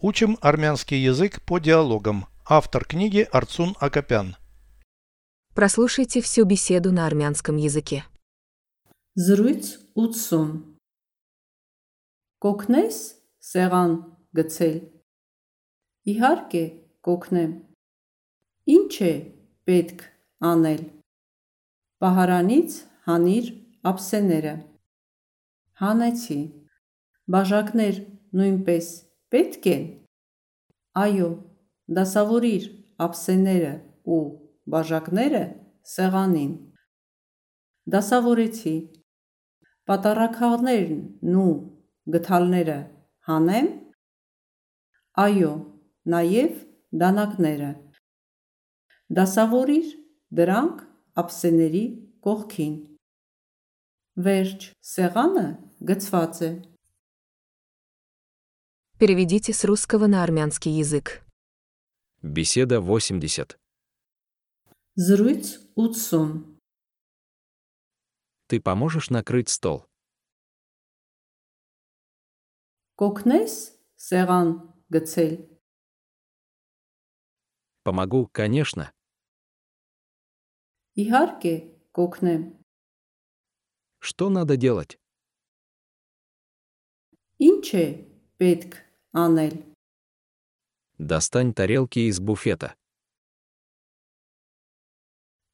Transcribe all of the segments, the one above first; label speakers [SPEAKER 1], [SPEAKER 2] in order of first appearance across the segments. [SPEAKER 1] Учим армянский язык по диалогам. Автор книги Арцун Акопян.
[SPEAKER 2] Прослушайте всю беседу на армянском языке.
[SPEAKER 3] Զրույց 80 Կոկնես սեղան գցել Իհարկե կոկնեմ Ինչ է պետք անել Պահարանից հանիր ափսեները Հանեցի Բաժակներ նույնպես պետք են Այո դասավորիր ափսեները ու բաժակները սեղանին Դասավորեցի։ Պատարակալներն ու գթալները հանեմ։ Այո, նաև դանակները։ Դասավորիր դրանք ափսեների կողքին։ Վերջ սեղանը գծված է։
[SPEAKER 2] Переведите с русского на армянский язык.
[SPEAKER 4] Беседа 80.
[SPEAKER 3] Զրույց 80
[SPEAKER 4] Ты поможешь накрыть стол?
[SPEAKER 3] Կոկնես սեղան գցել։
[SPEAKER 4] Помогу, конечно.
[SPEAKER 3] Իհարկե կոկնեմ։
[SPEAKER 4] Что надо делать?
[SPEAKER 3] Ինչ է պետք անել։
[SPEAKER 4] Достань тарелки из буфета.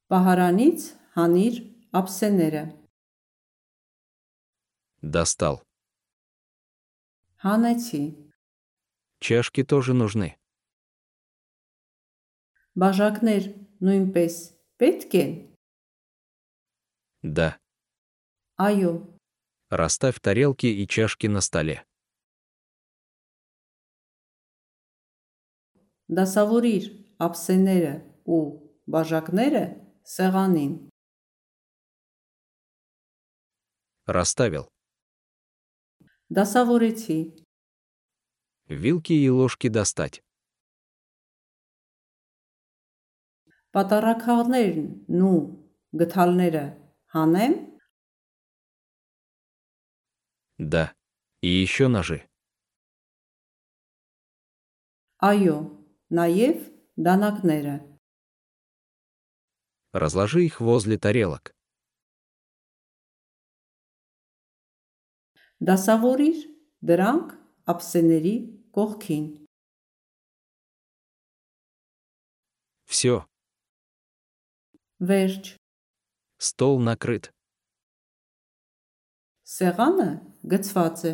[SPEAKER 3] Պահարանից հանիր ափսեները։
[SPEAKER 4] Достал.
[SPEAKER 3] Հանեցի։
[SPEAKER 4] Чашки тоже нужны.
[SPEAKER 3] Բաժակներ նույնպես պետք են։
[SPEAKER 4] Да.
[SPEAKER 3] Այո,
[SPEAKER 4] Расставь тарелки и чашки на столе.
[SPEAKER 3] դասավորիր ափսեները ու բաժակները սեղանին։
[SPEAKER 4] Расставил.
[SPEAKER 3] Դասավորեցի։
[SPEAKER 4] Вилки и ложки достать.
[SPEAKER 3] Պատարակալներն ու գթալները հանեմ։
[SPEAKER 4] Да. И еще ножи.
[SPEAKER 3] Այո, նաև դանակները։
[SPEAKER 4] Разложи их возле тарелок.
[SPEAKER 3] Դասավորիր դրանք ափսեների կողքին։
[SPEAKER 4] Все.
[SPEAKER 3] Վերջ
[SPEAKER 4] Стол накрыт.
[SPEAKER 3] սեղանը գծված է։